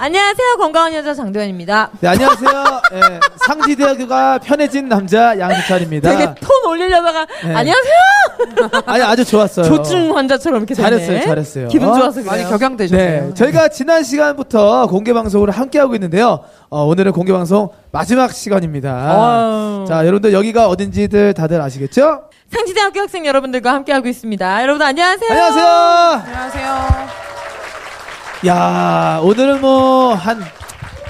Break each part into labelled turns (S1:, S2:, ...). S1: 안녕하세요. 건강한 여자 장도연입니다.
S2: 네, 안녕하세요 예, 상지대학교가 편해진 남자 양세찬입니다
S1: 되게 톤 올리려다가
S2: 네.
S1: 안녕하세요.
S2: 아니 아주 좋았어요
S1: 조증 환자처럼 이렇게 됐네.
S2: 잘했어요, 잘했어요.
S1: 기분
S2: 어?
S1: 좋아서 그래요.
S2: 네, 저희가 지난 시간부터 공개 방송을 함께 하고 있는데요. 어, 오늘은 공개 방송 마지막 시간입니다.
S1: 아유.
S2: 자, 여러분들 여기가 어딘지들 다들 아시겠죠?
S1: 상지대학교 학생 여러분들과 함께하고 있습니다. 여러분 안녕하세요.
S2: 안녕하세요.
S1: 안녕하세요.
S2: 야, 오늘은 뭐, 한,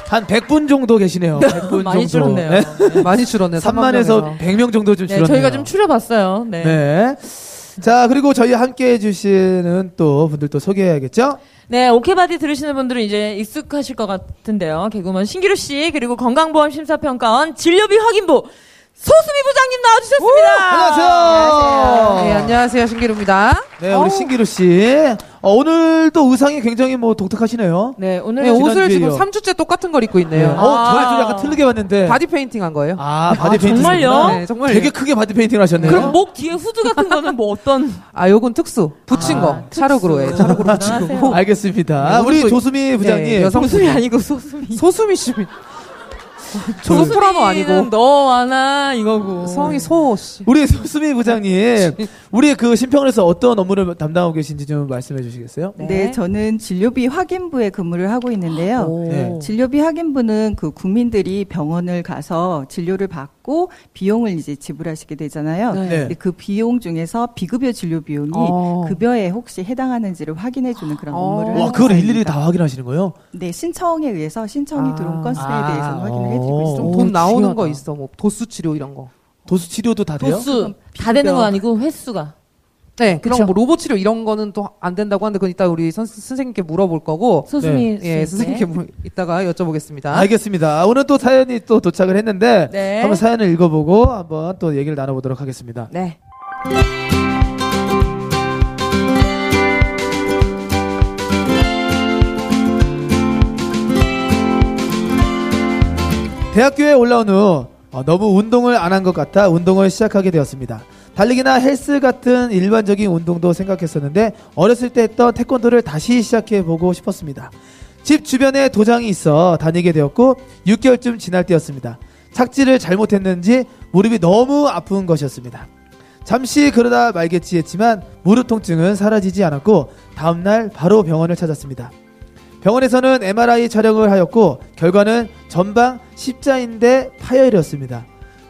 S2: 한 100분 정도 계시네요. 100분
S1: 많이
S2: 정도.
S1: 줄었네요.
S2: 네.
S3: 많이 줄었네.
S2: 3만에서 100명 정도 좀
S1: 네,
S2: 줄었네요.
S1: 저희가 좀 추려봤어요. 네. 네.
S2: 네. 자, 그리고 저희 함께 해주시는 또 분들 또 소개해야겠죠?
S1: 네, 오케바디 들으시는 분들은 이제 익숙하실 것 같은데요. 개그우먼 신기루 씨, 그리고 건강보험 심사평가원 진료비 확인부 소수미 부장님 나와주셨습니다.
S2: 안녕하세요. 어.
S3: 네, 안녕하세요. 신기루입니다.
S2: 네, 우리 신기루 씨. 어, 오늘도 의상이 굉장히 뭐 독특하시네요.
S1: 네, 오늘
S3: 네, 옷을
S2: 지난주에요.
S3: 지금 3주째 똑같은 걸 입고
S2: 네.
S3: 있네요.
S2: 어, 저희
S1: 아.
S2: 좀 약간 틀리게 봤는데.
S3: 바디 페인팅 한 거예요?
S2: 아, 바디
S1: 아,
S2: 페인팅.
S1: 정말요?
S2: 쓰셨구나.
S3: 네, 정말.
S2: 되게 크게 바디 페인팅을 하셨네요.
S1: 그럼 목 뒤에 후드 같은 거는 뭐 어떤
S3: 아, 요건 특수. 붙인
S1: 아,
S3: 거. 차록으로, 예. 차록으로 붙인
S1: 뭐
S3: 거.
S2: 알겠습니다.
S3: 네,
S2: 우리
S3: 오늘도-
S2: 조수미 부장님.
S3: 네, 여성-
S1: 소수미 예, 아니고 소수미.
S3: 소수미 씨. 소프라노 아니고.
S1: 너와나 이거고.
S3: 성이 소 씨.
S2: 우리 수미
S1: 예.
S2: 부장님, 우리 그 심평원에서 어떤 업무를 담당하고 계신지 좀 말씀해 주시겠어요?
S1: 네.
S4: 네. 저는 진료비 확인부에 근무를 하고 있는데요.
S2: 네.
S4: 진료비 확인부는 그 국민들이 병원을 가서 진료를 받고 비용을 이제 지불하시게 되잖아요.
S1: 네.
S4: 근데 그 비용 중에서 비급여 진료 비용이
S3: 어.
S4: 급여에 혹시 해당하는지를 확인해 주는 그런
S3: 어.
S4: 업무를
S2: 와,
S4: 하고
S2: 그걸
S4: 있습니다.
S2: 일일이 다 확인하시는 거예요?
S4: 네, 신청에 의해서 신청이
S3: 아.
S4: 들어온 건수에
S2: 아.
S4: 대해서 는 확인을 해 드리고
S2: 어.
S4: 있습니다.
S3: 좀돈
S1: 오,
S3: 나오는
S1: 중요하다.
S3: 거 있어. 뭐, 도수 치료 이런 거.
S2: 도수 치료도 다 돼요?
S1: 도수 다 되는 건 아니고 횟수가.
S3: 네, 그런
S1: 그쵸.
S3: 거 뭐, 로봇 치료 이런 거는 또 안 된다고 하는데, 그건 이따 우리 선, 선생님께 물어볼 거고.
S1: 소수미.
S3: 예,
S1: 씨. 네.
S3: 선생님께 물, 이따가 여쭤보겠습니다.
S2: 아, 알겠습니다. 오늘 또 사연이 또 도착을 했는데
S1: 네.
S2: 한번 사연을 읽어보고 한번 또 얘기를 나눠보도록 하겠습니다.
S1: 네.
S2: 대학교에 올라온 후 어, 너무 운동을 안 한 것 같아 운동을 시작하게 되었습니다. 달리기나 헬스 같은 일반적인 운동도 생각했었는데 어렸을 때 했던 태권도를 다시 시작해 보고 싶었습니다. 집 주변에 도장이 있어 다니게 되었고 6개월쯤 지날 때였습니다. 착지를 잘못했는지 무릎이 너무 아픈 것이었습니다. 잠시 그러다 말겠지 했지만 무릎 통증은 사라지지 않았고 다음날 바로 병원을 찾았습니다. 병원에서는 MRI 촬영을 하였고 결과는 전방 십자인대 파열이었습니다.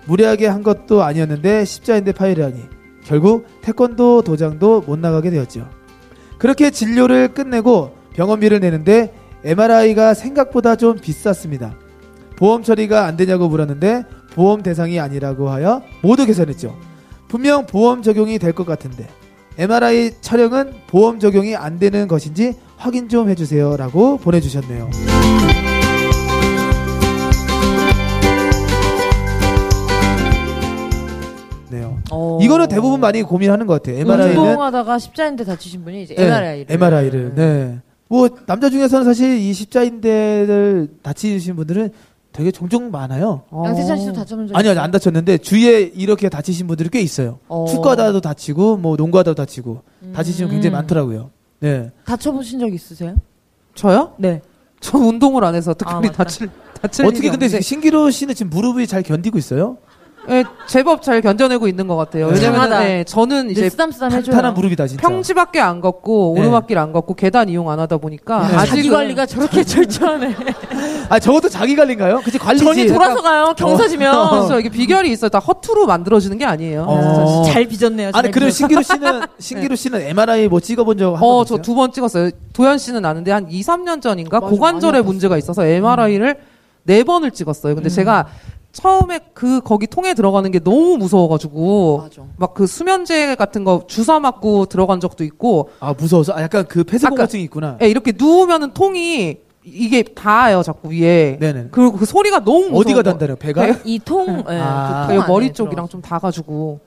S2: 무리하게 한 것도 아니었는데 십자인대 파열이라니 결국 태권도 도장도 못 나가게 되었죠. 그렇게 진료를 끝내고 병원비를 내는데 MRI가 생각보다 좀 비쌌습니다. 보험 처리가 안 되냐고 물었는데 보험 대상이 아니라고 하여 모두 계산했죠. 분명 보험 적용이 될 것 같은데 MRI 촬영은 보험 적용이 안 되는 것인지 확인 좀 해주세요. 라고 보내주셨네요. 네요.
S1: 어.
S2: 이거는 대부분 많이 고민하는 것 같아요. MRI는 네,
S1: 운동하다가 십자인대 다치신 분이 이제 MRI를.
S2: MRI를. 네. 뭐 남자 중에서는 사실 이 십자인대를 다치신 분들은 되게 종종 많아요.
S1: 양세찬 씨도 다쳐본 적
S2: 아니요,
S1: 있어요?
S2: 안 다쳤는데 주위에 이렇게 다치신 분들이 꽤 있어요.
S1: 어.
S2: 축구하다도 다치고 뭐 농구하다도 다치고 다치신 분 굉장히
S1: 음.
S2: 많더라고요. 네.
S1: 다쳐보신 적 있으세요?
S3: 저요?
S1: 네.
S3: 저 운동을 안 해서 특별히
S1: 맞다.
S3: 다칠, 다칠
S2: 어떻게
S3: 일이
S2: 근데
S3: 없는데.
S2: 신기루 씨는 지금 무릎이 잘 견디고 있어요?
S3: 예, 제법 잘 견뎌내고 있는 것 같아요.
S2: 네.
S3: 왜냐면
S1: 강하다.
S3: 네, 저는 이제
S1: 쓰담쓰담 해줘요.
S2: 탄탄한 무릎이다 진짜.
S3: 평지밖에 안 걷고
S2: 네.
S3: 오르막길 안 걷고 계단 이용 안 하다 보니까
S2: 야,
S3: 아직은
S1: 네. 자기 관리가 저렇게 철저하네.
S2: 아 저것도 자기 관리인가요? 그치 관리지.
S1: 전이 돌아서 가요. 경사지면.
S3: 어, 그래서 이게 비결이 있어요. 다 허투루 만들어지는 게 아니에요.
S2: 어.
S1: 잘 빚었네요. 잘
S2: 아니 그럼
S1: 빚었어.
S2: 신기루 씨는 신기루 씨는 MRI 뭐 찍어본 적한
S3: 어,
S2: 번도
S3: 저
S2: 있어요?
S3: 두 번 찍었어요. 도현 씨는 아는데 한 2, 3년 전인가
S1: 맞아, 많이 음.
S3: 고관절에
S1: 아팠어.
S3: 문제가 있어서 MRI를 네 번을 찍었어요. 근데 제가 처음에 그 거기 통에 들어가는 게 너무 무서워가지고
S1: 맞아.
S3: 막 그 수면제 같은 거 주사 맞고 들어간 적도 있고
S2: 아 무서워서 아, 약간 그 폐쇄공포증이 있구나.
S3: 예, 이렇게 누우면은 통이 이게 닿아요 자꾸 위에
S2: 네네.
S3: 그리고 그 소리가 너무 무서워
S2: 어디가 단단해요? 배가?
S3: 네.
S1: 이통
S2: 아.
S3: 아, 머리 쪽이랑 좀 닿아가지고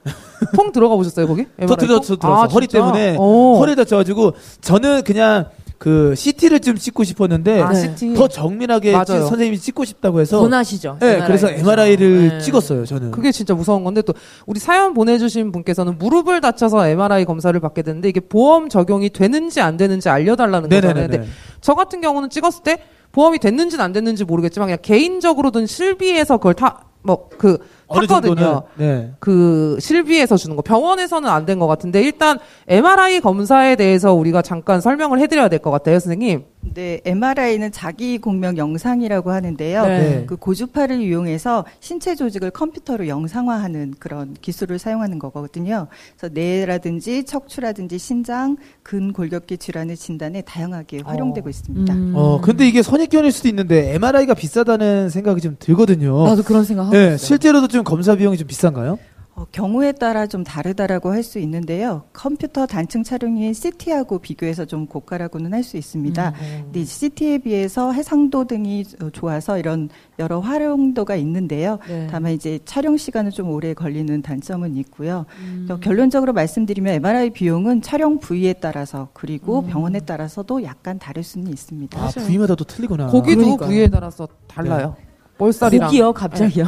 S3: 통 들어가 보셨어요 거기?
S2: 더 들어 저
S3: 아,
S2: 들어서 허리 때문에 허리에 다쳐가지고 저는 그냥 그 CT를 좀 찍고 싶었는데
S3: 아,
S1: 네.
S3: CT.
S2: 더 정밀하게
S3: 맞아요.
S2: 찌- 선생님이 찍고 싶다고 해서
S1: 권하시죠.
S2: 네, 그래서 MRI를
S1: 네.
S2: 찍었어요 저는.
S3: 그게 진짜 무서운 건데 또 우리 사연 보내주신 분께서는 무릎을 다쳐서 MRI 검사를 받게 됐는데 이게 보험 적용이 되는지 안 되는지 알려달라는 거잖아요.
S2: 네네네.
S3: 근데 저 같은 경우는 찍었을 때 보험이 됐는지는 안 됐는지 모르겠지만 그냥 개인적으로든 실비에서 그걸 타 뭐 그
S2: 어느 정도는
S3: 탔거든요.
S2: 네.
S3: 그 실비에서 주는 거 병원에서는 안 된 것 같은데 일단 MRI 검사에 대해서 우리가 잠깐 설명을 해드려야 될 것 같아요, 선생님.
S4: 네, MRI는 자기 공명 영상이라고 하는데요.
S1: 네.
S2: 네.
S4: 그 고주파를 이용해서 신체 조직을 컴퓨터로 영상화하는 그런 기술을 사용하는 거거든요. 그래서 뇌라든지 척추라든지 신장, 근골격계 질환의 진단에 다양하게 활용되고
S1: 음.
S4: 있습니다.
S3: 음.
S2: 어 근데 이게 선입견일 수도 있는데 MRI가 비싸다는 생각이 좀 들거든요.
S3: 아,
S1: 나도 그런 생각 하고
S2: 네,
S1: 있어요.
S2: 실제로도 좀 검사 비용이 좀 비싼가요?
S4: 어, 경우에 따라 좀 다르다라고 할 수 있는데요. 컴퓨터 단층 촬영인 CT하고 비교해서 좀 고가라고는 할 수 있습니다.
S2: 음.
S1: 음.
S4: 근데 이 CT에 비해서 해상도 등이 어, 좋아서 이런 여러 활용도가 있는데요.
S1: 네.
S4: 다만 이제 촬영 시간은 좀 오래 걸리는 단점은 있고요.
S1: 음.
S4: 그래서 결론적으로 말씀드리면 MRI 비용은 촬영 부위에 따라서 그리고
S1: 음.
S4: 병원에 따라서도 약간 다를 수는 있습니다.
S2: 아 부위마다 또 틀리구나.
S3: 고기도
S1: 그러니까요. 네.
S3: 부위에 따라서 달라요. 볼살이랑 그러니까
S1: 고기요 갑자기요.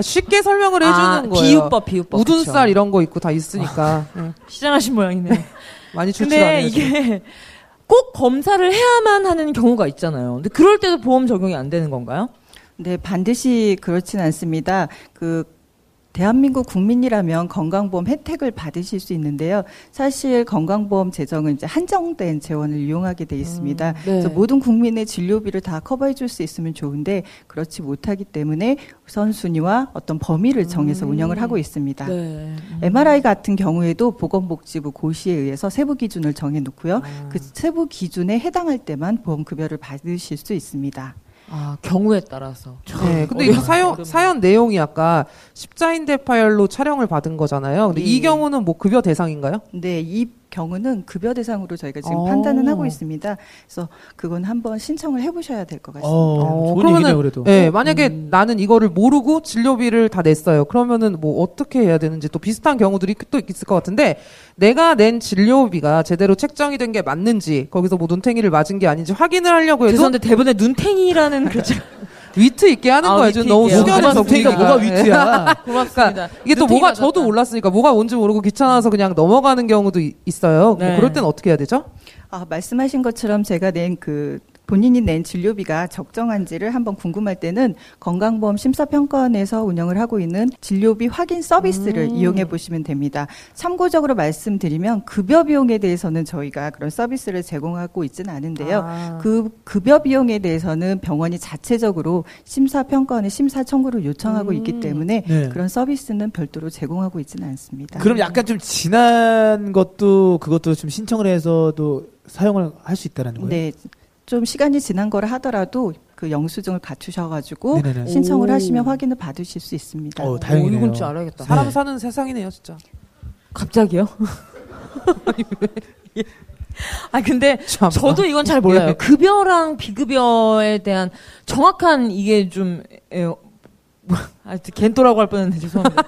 S3: 쉽게 설명을 해주는
S1: 아,
S3: 거예요.
S1: 비유법 비유법.
S3: 우둔살 이런 거 있고 다 있으니까 예.
S1: 그쵸. 시장하신 모양이네요.
S3: 많이 줄줄
S1: 근데
S3: 알아요. 지금.
S1: 이게 꼭 검사를 해야만 하는 경우가 있잖아요. 근데 그럴 때도 보험 적용이 안 되는 건가요?
S4: 네, 반드시 그렇진 않습니다. 그 대한민국 국민이라면 건강보험 혜택을 받으실 수 있는데요. 사실 건강보험 재정은 이제 한정된 재원을 이용하게 돼 있습니다.
S1: 네.
S4: 그래서 모든 국민의 진료비를 다 커버해 줄 수 있으면 좋은데 그렇지 못하기 때문에 우선순위와 어떤 범위를 정해서 운영을 하고 있습니다.
S1: 음. 네.
S4: MRI 같은 경우에도 보건복지부 고시에 의해서 세부 기준을 정해 놓고요. 그 세부 기준에 해당할 때만 보험급여를 받으실 수 있습니다.
S1: 아 경우에 따라서.
S3: 네, 근데 이 사연, 사연 내용이 아까 십자인대 파열로 촬영을 받은 거잖아요. 근데 이
S1: 음.
S4: 예.
S3: 경우는 뭐 급여 대상인가요?
S4: 네, 이 경우는 급여 대상으로 저희가 지금
S3: 어.
S4: 판단은 하고 있습니다. 그래서 그건 한번 신청을 해보셔야 될 것 같습니다.
S2: 어, 좋은 얘기네요 그래도.
S3: 네, 만약에 나는 이거를 모르고 진료비를 다 냈어요. 그러면은 뭐 어떻게 해야 되는지 또 비슷한 경우들이 또 있을 것 같은데 내가 낸 진료비가 제대로 책정이 된 게 맞는지 거기서 뭐 눈탱이를 맞은 게 아닌지 확인을 하려고 해도
S1: 죄송한데 대본에 눈탱이라는 글자
S3: 위트 있게 하는
S1: 아,
S3: 거예요.
S1: 위트
S3: 지금 너무
S1: 있게요.
S3: 숙연해서
S2: 그러니까
S3: 분위기가.
S2: 뭐가
S3: 예.
S2: 위트야?
S1: 고맙습니다.
S3: 이게 또
S1: 눈탱이
S3: 뭐가
S1: 맞았다.
S3: 저도 몰랐으니까 뭐가 뭔지 모르고 귀찮아서 그냥 넘어가는 경우도 이- 있어요.
S1: 네.
S3: 뭐 그럴 땐 어떻게 해야 되죠?
S4: 아, 말씀하신 것처럼 제가 낸 그 본인이 낸 진료비가 적정한지를 한번 궁금할 때는 건강보험 심사평가원에서 운영을 하고 있는 진료비 확인 서비스를 이용해 보시면 됩니다. 참고적으로 말씀드리면 급여 비용에 대해서는 저희가 그런 서비스를 제공하고 있지는 않은데요. 그 급여 비용에 대해서는 병원이 자체적으로 심사평가원에 심사 청구를 요청하고 있기 때문에
S2: 네.
S4: 그런 서비스는 별도로 제공하고 있지는 않습니다.
S2: 그럼 약간 좀 지난 것도 그것도 좀 신청을 해서도 사용을 할 수 있다라는 거예요.
S4: 네. 좀 시간이 지난 거라 하더라도 그 영수증을 갖추셔가지고
S2: 네네네.
S4: 신청을
S1: 오.
S4: 하시면 확인을 받으실 수 있습니다.
S2: 어,
S1: 어,
S2: 다행이네요.
S1: 이건 줄 알아야겠다.
S3: 사람
S2: 네.
S3: 사는 세상이네요, 진짜.
S1: 갑자기요? 아니, 왜? 예. 아 근데
S3: 참.
S1: 저도 이건 잘 몰라요. 급여랑 비급여에 대한 정확한 이게 좀 에, 뭐, 아, 겐토라고 할 뻔했는데 죄송합니다.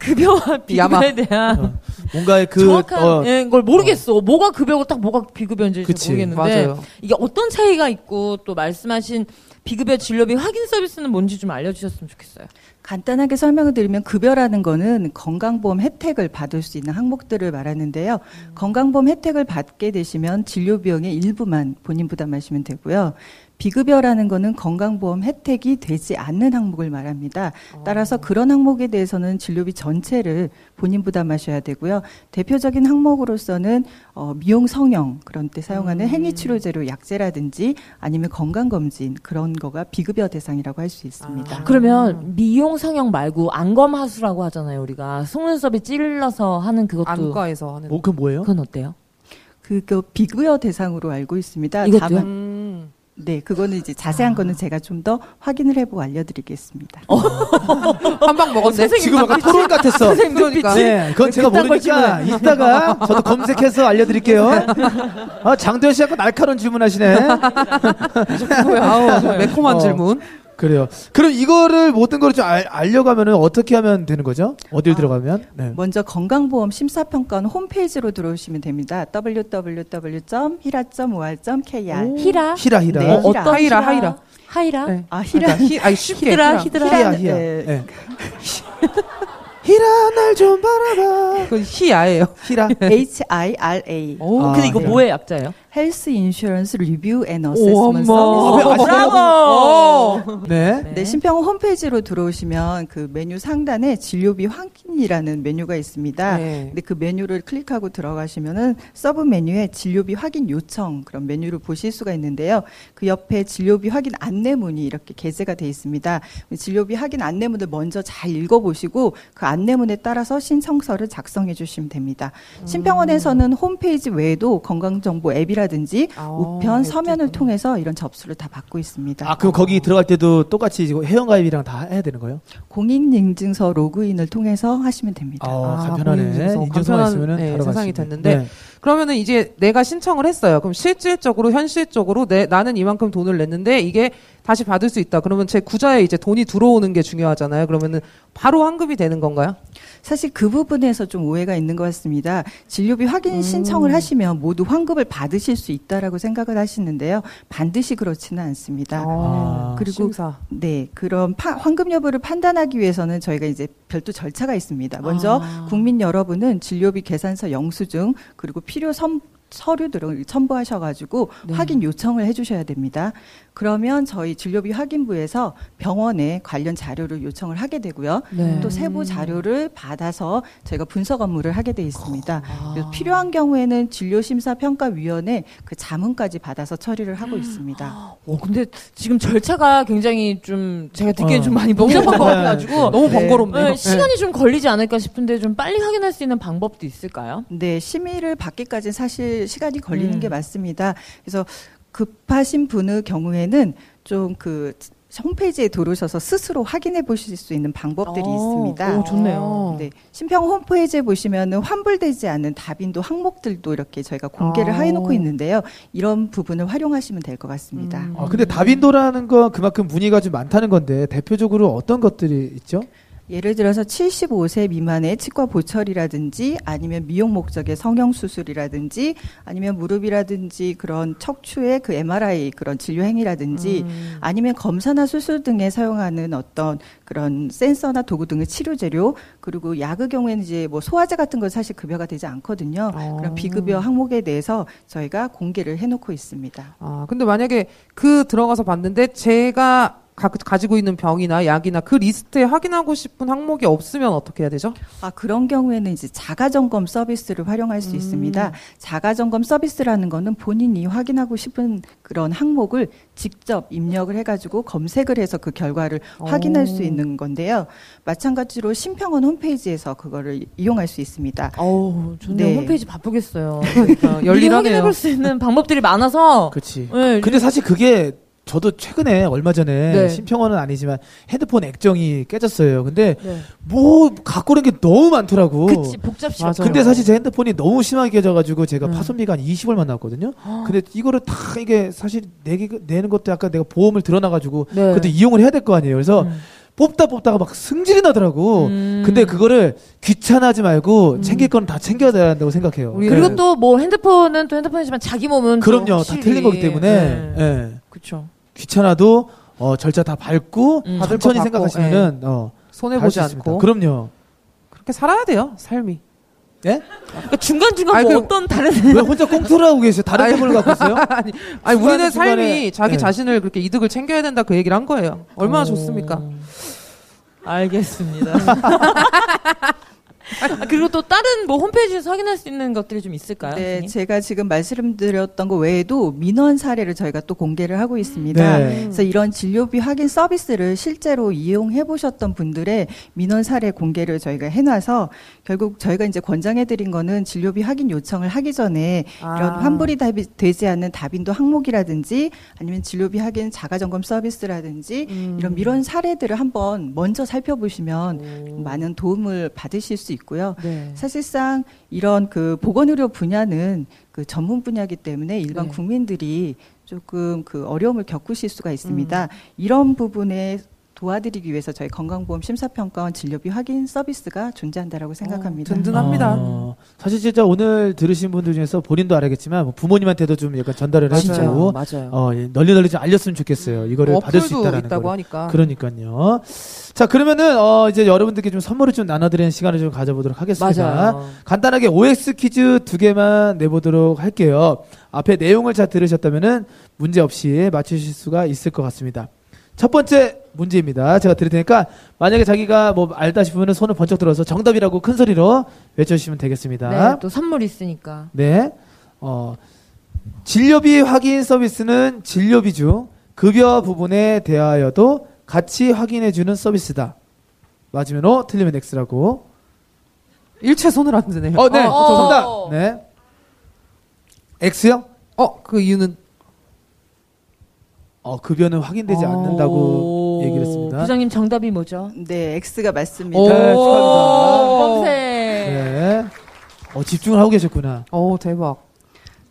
S1: 급여와 비급여에
S3: 야마.
S1: 대한
S2: 어, 뭔가의 그
S1: 정확한
S2: 어,
S1: 예, 걸 모르겠어. 뭐가 급여고 딱 뭐가 비급여인지 잘
S2: 그치.
S1: 모르겠는데
S3: 맞아요.
S1: 이게 어떤 차이가 있고 또 말씀하신 비급여 진료비 확인 서비스는 뭔지 좀 알려주셨으면 좋겠어요.
S4: 간단하게 설명을 드리면 급여라는 거는 건강보험 혜택을 받을 수 있는 항목들을 말하는데요. 건강보험 혜택을 받게 되시면 진료 비용의 일부만 본인 부담하시면 되고요. 비급여라는 거는 건강보험 혜택이 되지 않는 항목을 말합니다. 따라서 그런 항목에 대해서는 진료비 전체를 본인 부담하셔야 되고요. 대표적인 항목으로서는 어, 미용 성형 그런 때 사용하는 행위 치료제로 약제라든지 아니면 건강 검진 그런 거가 비급여 대상이라고 할 수
S1: 아.
S4: 있습니다.
S1: 그러면 미용 성형 말고 안검 하수라고 하잖아요. 우리가 속눈썹이 찔러서 하는 그것도
S3: 안과에서 하는.
S2: 뭐, 그 뭐예요?
S1: 그건 어때요?
S4: 그거 비급여 대상으로 알고 있습니다.
S1: 이것도요?
S3: 음.
S4: 다만, 네, 그거는 이제 자세한 거는 제가 좀 더 확인을 해보고 알려드리겠습니다.
S3: 한 방 먹었네.
S2: 지금 약간 토론 같았어.
S3: 선생님 그러니까.
S2: 네, 그건 제가
S1: 그딴 걸
S2: 모르니까 이따가 저도 검색해서 알려드릴게요. 아, 장도현 씨하고 날카로운 질문하시네.
S3: 아우, 매콤한
S2: 어.
S3: 질문.
S2: 그래요. 그럼 이거를 모든 걸 좀 알려가면은 어떻게 하면 되는 거죠? 어딜 들어가면? 네.
S4: 먼저 건강보험 심사평가원 홈페이지로 들어오시면 됩니다. www.hira.or.kr
S1: 히라.
S2: 히라 히라.
S4: 네.
S2: 어, 어,
S1: 어떤 히라?
S3: 하이라, 하이라.
S1: 하이라.
S3: 네.
S4: 아,
S3: 그러니까
S4: 히라.
S3: 히, 아니, 쉽게.
S1: 히라,
S3: 히라.
S1: 히라.
S2: 히라
S4: 히라,
S2: 히라.
S4: 네.
S2: 네. 히라 날 좀 바라봐.
S3: 그건 히야예요.
S2: 히라.
S4: HIRA.
S3: 오,
S2: 아,
S1: 근데 이거
S2: 네.
S1: 뭐의 약자예요?
S4: 헬스 인슈런스 리뷰 앤
S3: 어머.
S4: 어세스먼트 서비스.
S2: 아, 아시죠?
S3: 브라보.
S2: 네.
S4: 네, 심평원 홈페이지로 들어오시면 그 메뉴 상단에 진료비 확인이라는 메뉴가 있습니다.
S3: 네.
S4: 근데 그 메뉴를 클릭하고 들어가시면은 서브 메뉴에 진료비 확인 요청 그런 메뉴를 보실 수가 있는데요. 그 옆에 진료비 확인 안내문이 이렇게 게재가 돼 있습니다. 진료비 확인 안내문을 먼저 잘 읽어보시고 그 안내문에 따라서 신청서를 작성해 주시면 됩니다. 심평원에서는 홈페이지 외에도 건강정보 앱이라든지
S3: 아,
S4: 우편 서면을
S3: 앱도
S4: 통해서 이런 접수를 다 받고 있습니다.
S2: 아 그럼 거기 들어갈 때도 똑같이 지금 회원가입이랑 다 해야 되는 거예요?
S4: 공인인증서 로그인을 통해서 하시면 됩니다.
S2: 아,
S3: 아,
S2: 간편하네.
S3: 공인인증서.
S2: 인증서만
S3: 간편한,
S2: 있으면은
S3: 네,
S2: 바로 갈
S3: 세상이
S2: 수 있는.
S3: 됐는데. 그러면은 이제 내가 신청을 했어요. 그럼 실질적으로 현실적으로 내, 나는 이만큼 돈을 냈는데 이게 다시 받을 수 있다. 그러면 제 구좌에 이제 돈이 들어오는 게 중요하잖아요. 그러면은 바로 환급이 되는 건가요?
S4: 사실 그 부분에서 좀 오해가 있는 것 같습니다. 진료비 확인 신청을 하시면 모두 환급을 받으실 수 있다라고 생각을 하시는데요. 반드시 그렇지는
S3: 네.
S4: 않습니다.
S2: 아.
S4: 그리고
S3: 심사.
S4: 네, 그런 파- 환급 여부를 판단하기 위해서는 저희가 이제 별도 절차가 있습니다. 먼저 국민 여러분은 진료비 계산서 영수증 그리고 필요 섬- 서류 등을 첨부하셔가지고 확인 요청을 해주셔야 됩니다. 그러면 저희 진료비 확인부에서 병원에 관련 자료를 요청을 하게 되고요.
S1: 음.
S3: 네.
S4: 또 세부 자료를 받아서 저희가 분석 업무를 하게 돼 있습니다.
S1: 아.
S4: 그래서 필요한 경우에는 진료심사평가위원회 그 자문까지 받아서 처리를 하고 있습니다.
S1: 어, 근데 지금 절차가 굉장히 좀 제가 듣기엔
S2: 어.
S1: 좀 많이 복잡한 것 같아가지고
S3: 너무
S4: 네.
S3: 번거롭네요.
S1: 네, 시간이 좀 걸리지 않을까 싶은데 좀 빨리 확인할 수 있는 방법도 있을까요?
S4: 네, 심의를 받기까지 는 사실 시간이 걸리는
S1: 음.
S4: 게 맞습니다. 그래서 급하신 분의 경우에는 좀 그 홈페이지에 들어오셔서 스스로 확인해 보실 수 있는 방법들이
S1: 어,
S4: 있습니다.
S1: 오, 좋네요.
S4: 네, 심평 홈페이지에 보시면은 환불되지 않는 답인도 항목들도 이렇게 저희가 공개를
S3: 아.
S4: 해놓고 있는데요. 이런 부분을 활용하시면 될 것 같습니다.
S2: 아, 근데 다빈도라는 건 그만큼 문의가 좀 많다는 건데 대표적으로 어떤 것들이 있죠?
S4: 예를 들어서 75세 미만의 치과 보철이라든지 아니면 미용 목적의 성형 수술이라든지 아니면 무릎이라든지 그런 척추의 그 MRI 그런 진료 행위라든지 아니면 검사나 수술 등에 사용하는 어떤 그런 센서나 도구 등의 치료 재료 그리고 약의 경우에는 이제 뭐 소화제 같은 건 사실 급여가 되지 않거든요. 그런 비급여 항목에 대해서 저희가 공개를 해놓고 있습니다.
S3: 아, 근데 만약에 그 들어가서 봤는데 제가 가, 지고 있는 병이나 약이나 그 리스트에 확인하고 싶은 항목이 없으면 어떻게 해야 되죠?
S4: 아, 그런 경우에는 이제 자가 점검 서비스를 활용할 수 있습니다. 자가 점검 서비스라는 거는 본인이 확인하고 싶은 그런 항목을 직접 입력을 해가지고 검색을 해서 그 결과를 확인할 수 있는 건데요. 마찬가지로 심평원 홈페이지에서 그거를 이용할 수 있습니다.
S1: 어우, 좋네요.
S4: 네.
S1: 홈페이지 바쁘겠어요.
S3: 어,
S1: 미리
S3: 열일하네요.
S1: 확인해볼 수 있는 방법들이 많아서.
S2: 그렇지.
S1: 네,
S2: 근데 사실 그게 저도 최근에 얼마 전에
S1: 네.
S2: 심평원은 아니지만 헤드폰 액정이 깨졌어요. 근데
S1: 네.
S2: 뭐 갖고 있는 게 너무 많더라고.
S1: 그치, 복잡스럽죠.
S2: 근데 사실 제 핸드폰이 너무 심하게 깨져가지고 제가
S3: 음.
S2: 파손비가 한 20얼마 나왔거든요.
S3: 어.
S1: 아.
S2: 근데 이거를 다 이게 사실 내기, 내는 것도 약간 내가 보험을 들어놔가지고
S1: 네.
S2: 그것도 이용을 해야 될 거 아니에요.
S3: 음.
S2: 그래서 뽑다 뽑다가 막 승질이 나더라고.
S1: 음.
S2: 근데 그거를 귀찮아하지 말고 챙길 건 다 챙겨야 된다고 생각해요.
S3: 음. 우리-
S1: 그리고
S3: 네.
S1: 또 뭐 핸드폰은 또 핸드폰이지만 자기 몸은 또
S2: 그럼요. 다
S1: 확실히-
S2: 틀린 거기 때문에
S1: 네.
S2: 예.
S1: 그쵸.
S2: 귀찮아도 어, 절차 다 밟고
S1: 음.
S3: 받을
S2: 천천히
S3: 거 받고, 예.
S2: 생각하시면은 어,
S3: 손해
S2: 할수
S3: 보지
S2: 있습니다.
S3: 않고
S2: 그럼요.
S3: 그렇게 살아야 돼요, 삶이.
S2: 예?
S1: 그러니까 중간중간
S3: 아니,
S1: 뭐
S3: 그-
S1: 어떤 다른.
S2: 왜 혼자 꽁투를 하고 계세요? 다른
S3: 아니.
S2: 대본을 갖고 있어요?
S3: 아니, 아니 우리는
S2: 중간에-
S3: 삶이 자기
S2: 네.
S3: 자신을 그렇게 이득을 챙겨야 된다 그 얘기를 한 거예요. 얼마나
S1: 어.
S3: 좋습니까?
S1: 알겠습니다. 아, 그리고 또 다른 뭐 홈페이지에서 확인할 수 있는 것들이 좀 있을까요?
S4: 네,
S1: 선생님?
S4: 제가 지금 말씀드렸던 것 외에도 민원 사례를 저희가 또 공개를 하고 있습니다.
S2: 네.
S4: 그래서 이런 진료비 확인 서비스를 실제로 이용해 보셨던 분들의 민원 사례 공개를 저희가 해놔서 결국 저희가 이제 권장해 드린 거는 진료비 확인 요청을 하기 전에 이런
S3: 아.
S4: 환불이 답이 되지 않는 다빈도 항목이라든지 아니면 진료비 확인 자가 점검 서비스라든지
S1: 음.
S4: 이런 민원 사례들을 한번 먼저 살펴보시면 많은 도움을 받으실 수 있고요.
S3: 네.
S4: 사실상 이런 그 보건의료 분야는 그 전문 분야이기 때문에 일반
S3: 네.
S4: 국민들이 조금 그 어려움을 겪으실 수가
S3: 음.
S4: 있습니다. 이런 부분에 도와드리기 위해서 저희 건강보험 심사평가원 진료비 확인 서비스가 존재한다라고 생각합니다.
S3: 든든합니다.
S2: 어, 사실 진짜 오늘 들으신 분들 중에서 본인도 알겠지만 뭐 부모님한테도 좀 약간 전달을 해주고
S3: 맞아요. 뭐
S2: 어, 예, 널리 널리 좀 알렸으면 좋겠어요. 이거를 받을 수
S3: 어플도
S2: 있다라는
S3: 있다고
S2: 거.
S3: 하니까.
S2: 그러니까요. 자 그러면은 어, 이제 여러분들께 좀 선물을 좀 나눠드리는 시간을 좀 가져보도록 하겠습니다.
S3: 맞아요.
S2: 간단하게 OX 퀴즈 두 개만 내보도록 할게요. 앞에 내용을 잘 들으셨다면은 문제 없이 맞추실 수가 있을 것 같습니다. 첫 번째 문제입니다. 제가 드릴 테니까 만약에 자기가 뭐 알다 싶으면 손을 번쩍 들어서 정답이라고 큰 소리로 외쳐주시면 되겠습니다.
S1: 네, 또 선물 있으니까.
S2: 네. 어, 진료비 확인 서비스는 진료비 중 급여 부분에 대하여도 같이 확인해주는 서비스다. 맞으면 O, 틀리면 X라고.
S3: 일체 손을 안 드네요.
S2: 어, 네.
S1: 어.
S2: 정답.
S1: 어.
S2: 네. X요?
S3: 어, 그 이유는
S2: 어, 급여는 확인되지
S3: 어.
S2: 않는다고 얘기를 했습니다.
S1: 부장님 정답이 뭐죠? 어,
S4: 네, X가 맞습니다.
S3: 오.
S2: 네,
S3: 어.
S2: 축하합니다.
S1: 뻔세.
S2: 네. 어, 집중을 하고 계셨구나.
S3: 어 대박.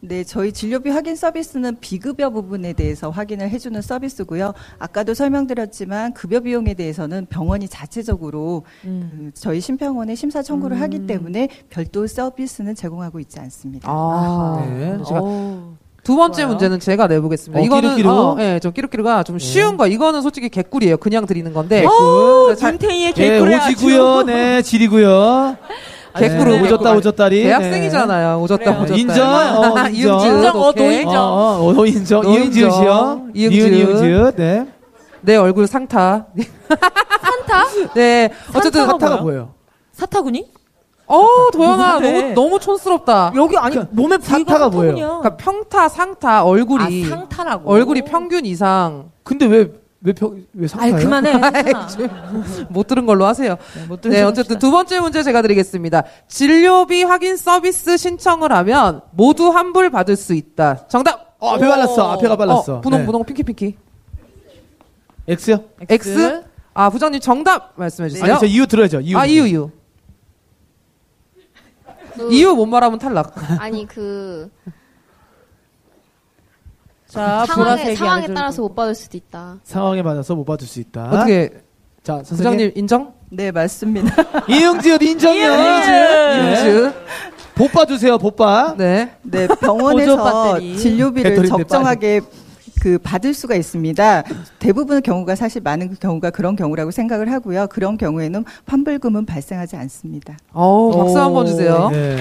S4: 네, 저희 진료비 확인 서비스는 비급여 부분에 대해서 확인을 해주는 서비스고요. 아까도 설명드렸지만 급여 비용에 대해서는 병원이 자체적으로
S1: 음.
S4: 그 저희 심평원에 심사 청구를 하기 때문에 별도 서비스는 제공하고 있지 않습니다.
S3: 아,
S2: 네.
S3: 제가
S1: 어우.
S3: 두 번째
S1: 좋아요.
S3: 문제는 제가 내보겠습니다.
S2: 어,
S3: 이거는
S2: 끼룩끼룩?
S3: 어, 예, 좀 끼룩끼룩가 좀 쉬운 거. 이거는 솔직히 개꿀이에요. 그냥 드리는 건데. 어,
S1: 오,
S3: 그래서 잘-
S1: 김태희의
S2: 네,
S1: 개꿀의
S2: 오지구요.
S1: 아주-
S2: 네, 지리구요.
S3: 개꿀을
S2: 네, 오졌다, 오졌다리.
S3: 대학생이잖아요. 오졌다
S1: 그래요.
S3: 오졌다.
S2: 인정, 어, 인정.
S1: 인정, 어, 또
S3: 오케이.
S1: 인정.
S2: 어, 어, 어, 인정.
S3: 노인정.
S2: 이응지읒이요.
S3: 이응지읒.
S2: 이응, 이응지읒. 네.
S3: 내 얼굴 상타. 상타? 네. 어쨌든
S1: 상타가
S2: 사타가
S1: 뭐야?
S2: 뭐예요?
S1: 사타구니?
S3: 어, 도현아
S1: 뭐래?
S3: 너무 너무 촌스럽다.
S1: 여기 아니
S2: 그러니까
S1: 몸에 부위가
S2: 사타가 뭐예요?
S1: 사타구니야.
S3: 그러니까 평타, 상타, 얼굴이
S1: 아, 상타라고.
S3: 얼굴이 평균 이상
S2: 근데 왜, 왜, 평, 왜
S1: 아이
S2: 상타예요?
S1: 그만해. 괜찮아.
S3: 못 들은 걸로 하세요.
S1: 네, 못 들은
S3: 네,
S1: 척
S3: 어쨌든
S1: 합시다.
S3: 두 번째 문제 제가 드리겠습니다. 진료비 확인 서비스 신청을 하면 모두 환불 받을 수 있다. 정답.
S2: 어, 앞에 발랐어. 앞에가 발랐어.
S3: 분홍
S2: 네.
S3: 분홍 핑키 핑키.
S2: X요?
S3: X. 아 부장님 정답 말씀해 주세요.
S2: 아니, 저 이유 들어야죠. 이유.
S3: 아 이유 이유.
S2: 음.
S5: 그-
S3: 이유 못 말하면 탈락.
S5: 아니 그
S1: 자,
S5: 상황에
S1: 보라색이
S5: 상황에
S1: 아, 아주-
S5: 따라서 못 받을 수도 있다.
S2: 상황에 맞아서 못 받을 수 있다.
S3: 어떻게
S2: 자, 선생님.
S3: 부장님 인정?
S4: 네, 맞습니다.
S2: 이응지읒 인정이요. 네.
S3: 이유.
S2: 보빠 주세요, 보빠.
S3: 네.
S4: 네,
S1: 보조
S4: 병원에서
S1: 배터리.
S4: 진료비를
S2: 배터리인데
S4: 적정하게 그 받을 수가 있습니다. 대부분의 경우가 사실 많은 경우가 그런 경우라고 생각을 하고요. 그런 경우에는 환불금은 발생하지 않습니다.
S3: 어우 박수 한 번 주세요.
S2: 네.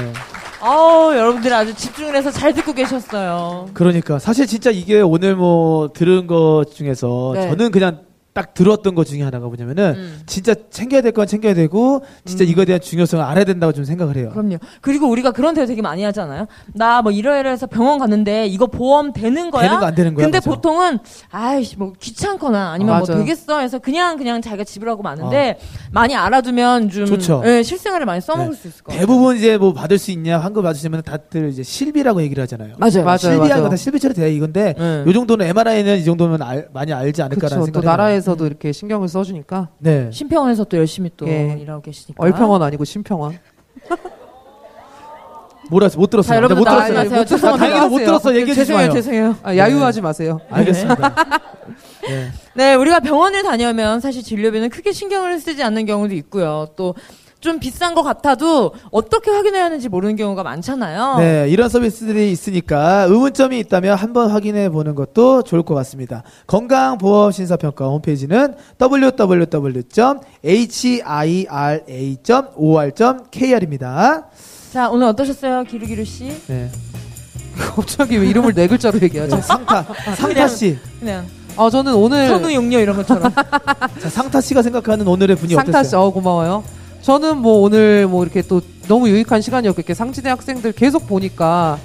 S1: 아우, 여러분들 아주 집중을 해서 잘 듣고 계셨어요.
S2: 그러니까 사실 진짜 이게 오늘 뭐 들은 것 중에서
S1: 네.
S2: 저는 그냥 딱 들었던 것 중에 하나가 뭐냐면은
S1: 음.
S2: 진짜 챙겨야 될 건 챙겨야 되고
S3: 음.
S2: 진짜 이거에 대한 중요성을 알아야 된다고 좀 생각을 해요.
S1: 그럼요. 그리고 우리가 그런 대화 되게 많이 하잖아요. 나 뭐 이러이러해서 병원 갔는데 이거 보험 되는 거야?
S2: 되는 거 안 되는 거야?
S1: 근데
S2: 맞아.
S1: 보통은 아이씨 뭐 귀찮거나 아니면
S3: 아,
S1: 뭐
S3: 맞아요.
S1: 되겠어 해서 그냥 그냥 자기가 지불하고 마는데 많이 알아두면 좀
S2: 좋죠.
S1: 예, 실생활에 많이 써먹을
S2: 네.
S1: 수 있을 것 같아요.
S2: 대부분 이제 뭐 받을 수 있냐 환급 받으시면 다들 이제 실비라고 얘기를 하잖아요.
S3: 맞아요. 맞아요.
S2: 실비하는
S3: 맞아요.
S2: 거다 실비처럼 돼야 이건데
S3: 네.
S2: 요 정도는 MRI는 이 정도면 알- 많이 알지 않을까라는
S3: 그렇죠. 또
S2: 생각이
S3: 나라에서도 이렇게 신경을 써주니까
S2: 들어요. 네.
S1: 심평원에서 또 열심히 또
S3: 예.
S1: 일하고 계시니까.
S3: 얼평원 아니고 심평원.
S2: 네, 뭐라 했어? 못 들었어요.
S1: 자, 여러분
S2: 못
S1: 나가지
S2: 들었어요.
S1: 마세요.
S2: 못 들었어요.
S1: 죄송합니다.
S2: 다행히도 못 들었어. 얘기해 주지 마요. 네.
S3: 죄송해요, 죄송해요. 아, 야유하지 마세요.
S2: 알겠습니다. 네.
S1: 네, 우리가 병원을 다녀면 사실 진료비는 크게 신경을 쓰지 않는 경우도 있고요. 또 좀 비싼 것 같아도 어떻게 확인해야 하는지 모르는 경우가
S3: 어.
S1: 많잖아요.
S2: 네, 이런 서비스들이 있으니까 의문점이 있다면 한번 확인해 보는 것도 좋을 것 같습니다. 건강보험심사평가 홈페이지는 www.hiraa.or.kr입니다.
S1: 자, 오늘 어떠셨어요, 기루기루 씨?
S2: 네.
S3: 갑자기 왜 이름을 네 글자로 얘기하죠?
S2: 자, 상타, 상타 씨.
S1: 그냥
S3: 아 저는 오늘
S2: 네.
S1: 선우 용녀 이런 것처럼.
S2: 아, 자, 상타 씨가 생각하는 오늘의 분이
S3: 상타 씨,
S2: 어땠어요?
S3: 어 고마워요. 저는 뭐 오늘 뭐 이렇게 또 너무 유익한 시간이었고 이렇게 상지대 학생들 계속 보니까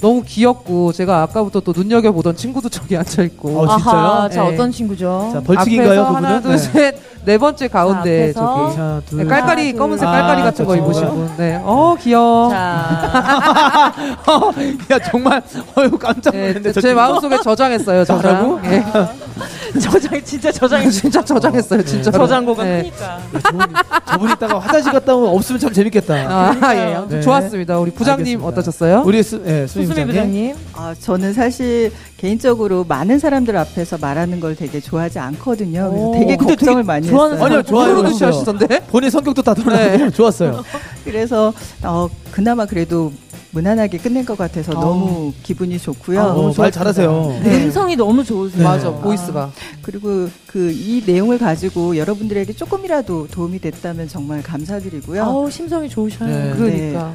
S3: 너무 귀엽고 제가 아까부터 또 눈여겨 보던 친구도 저기 앉아 있고
S2: 어, 진짜요?
S1: 아하, 자,
S3: 네.
S1: 어떤 친구죠?
S2: 자, 벌칙인가요,
S3: 앞에서 하나
S2: 그분은? 네.
S3: 둘셋네 번째 가운데
S1: 자, 앞에서.
S3: 저기
S2: 하나, 둘.
S3: 네, 깔깔이
S1: 하나,
S3: 검은색
S2: 둘.
S3: 깔깔이
S2: 아,
S3: 같은 거
S2: 그렇죠.
S3: 입으신 분. 네. 어 귀여워.
S1: 자,
S2: 어, 야, 정말, 어휴, 깜짝
S3: 네,
S2: 놀랐는데.
S3: 제,
S2: 저
S3: 제
S2: 친구.
S3: 마음속에 저장했어요. 저장.
S2: 저라고?
S3: 예.
S1: 저장, 진짜 저장,
S3: 진짜 저장했어요. 진짜
S1: 저장고가
S3: 네.
S1: 크니까.
S2: 저분, 저분 있다가 화장실 갔다 오면 없으면 참 재밌겠다.
S3: 아, 예. 아무튼
S2: 네.
S3: 좋았습니다. 우리 부장님
S2: 알겠습니다.
S3: 어떠셨어요?
S2: 우리 수, 예, 수임
S1: 수수미
S2: 부장님. 네.
S1: 부장님.
S4: 아, 저는 사실 개인적으로 많은 사람들 앞에서 말하는 걸 되게 좋아하지 않거든요. 그래서
S1: 오,
S4: 되게
S1: 근데
S4: 걱정을
S1: 되게
S4: 많이
S1: 좋아하는
S4: 했어요.
S1: 사람.
S2: 아니요, 좋아요.
S3: 호로 듯이
S2: 좋았어요.
S3: 하시던데?
S2: 본인 성격도 다 드러나고 좋았어요.
S4: 그래서 어, 그나마 그래도 무난하게 끝낸 것
S1: 어.
S4: 같아서 너무 기분이 아, 좋고요.
S1: 아,
S2: 어, 말
S4: 좋았습니다.
S2: 잘하세요.
S4: 네.
S1: 음성이 너무 좋으세요.
S3: 맞아. 보이스가.
S4: 그리고 그 이 내용을 가지고 여러분들에게 조금이라도 도움이 됐다면 정말 감사드리고요.
S1: 아우, 심성이 좋으셔요.
S2: 네.
S3: 그러니까.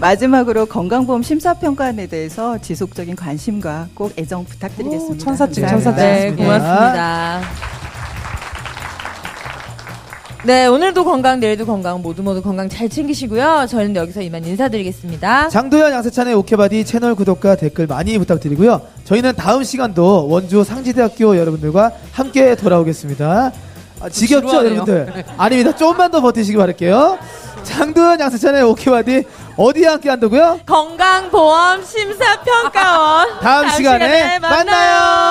S4: 마지막으로 건강보험 심사평가안에 대해서 지속적인 관심과 꼭 애정 부탁드리겠습니다.
S3: 오, 천사집,
S4: 감사합니다.
S3: 천사집.
S1: 네,
S3: 고맙습니다.
S1: 고맙습니다. 네, 오늘도 건강, 내일도 건강, 모두 모두 건강 잘 챙기시고요. 저희는 여기서 이만 인사드리겠습니다.
S2: 장도연 양세찬의 오케바디 채널 구독과 댓글 많이 부탁드리고요. 저희는 다음 시간도 원주 상지대학교 여러분들과 함께 돌아오겠습니다. 아, 지겹죠,
S3: 지루하네요.
S2: 여러분들? 아닙니다. 조금만 더 버티시기 바랄게요. 장도연 양세찬의 오케바디 어디에 함께 한다고요?
S1: 건강보험 심사평가원.
S2: 다음 시간에 만나요.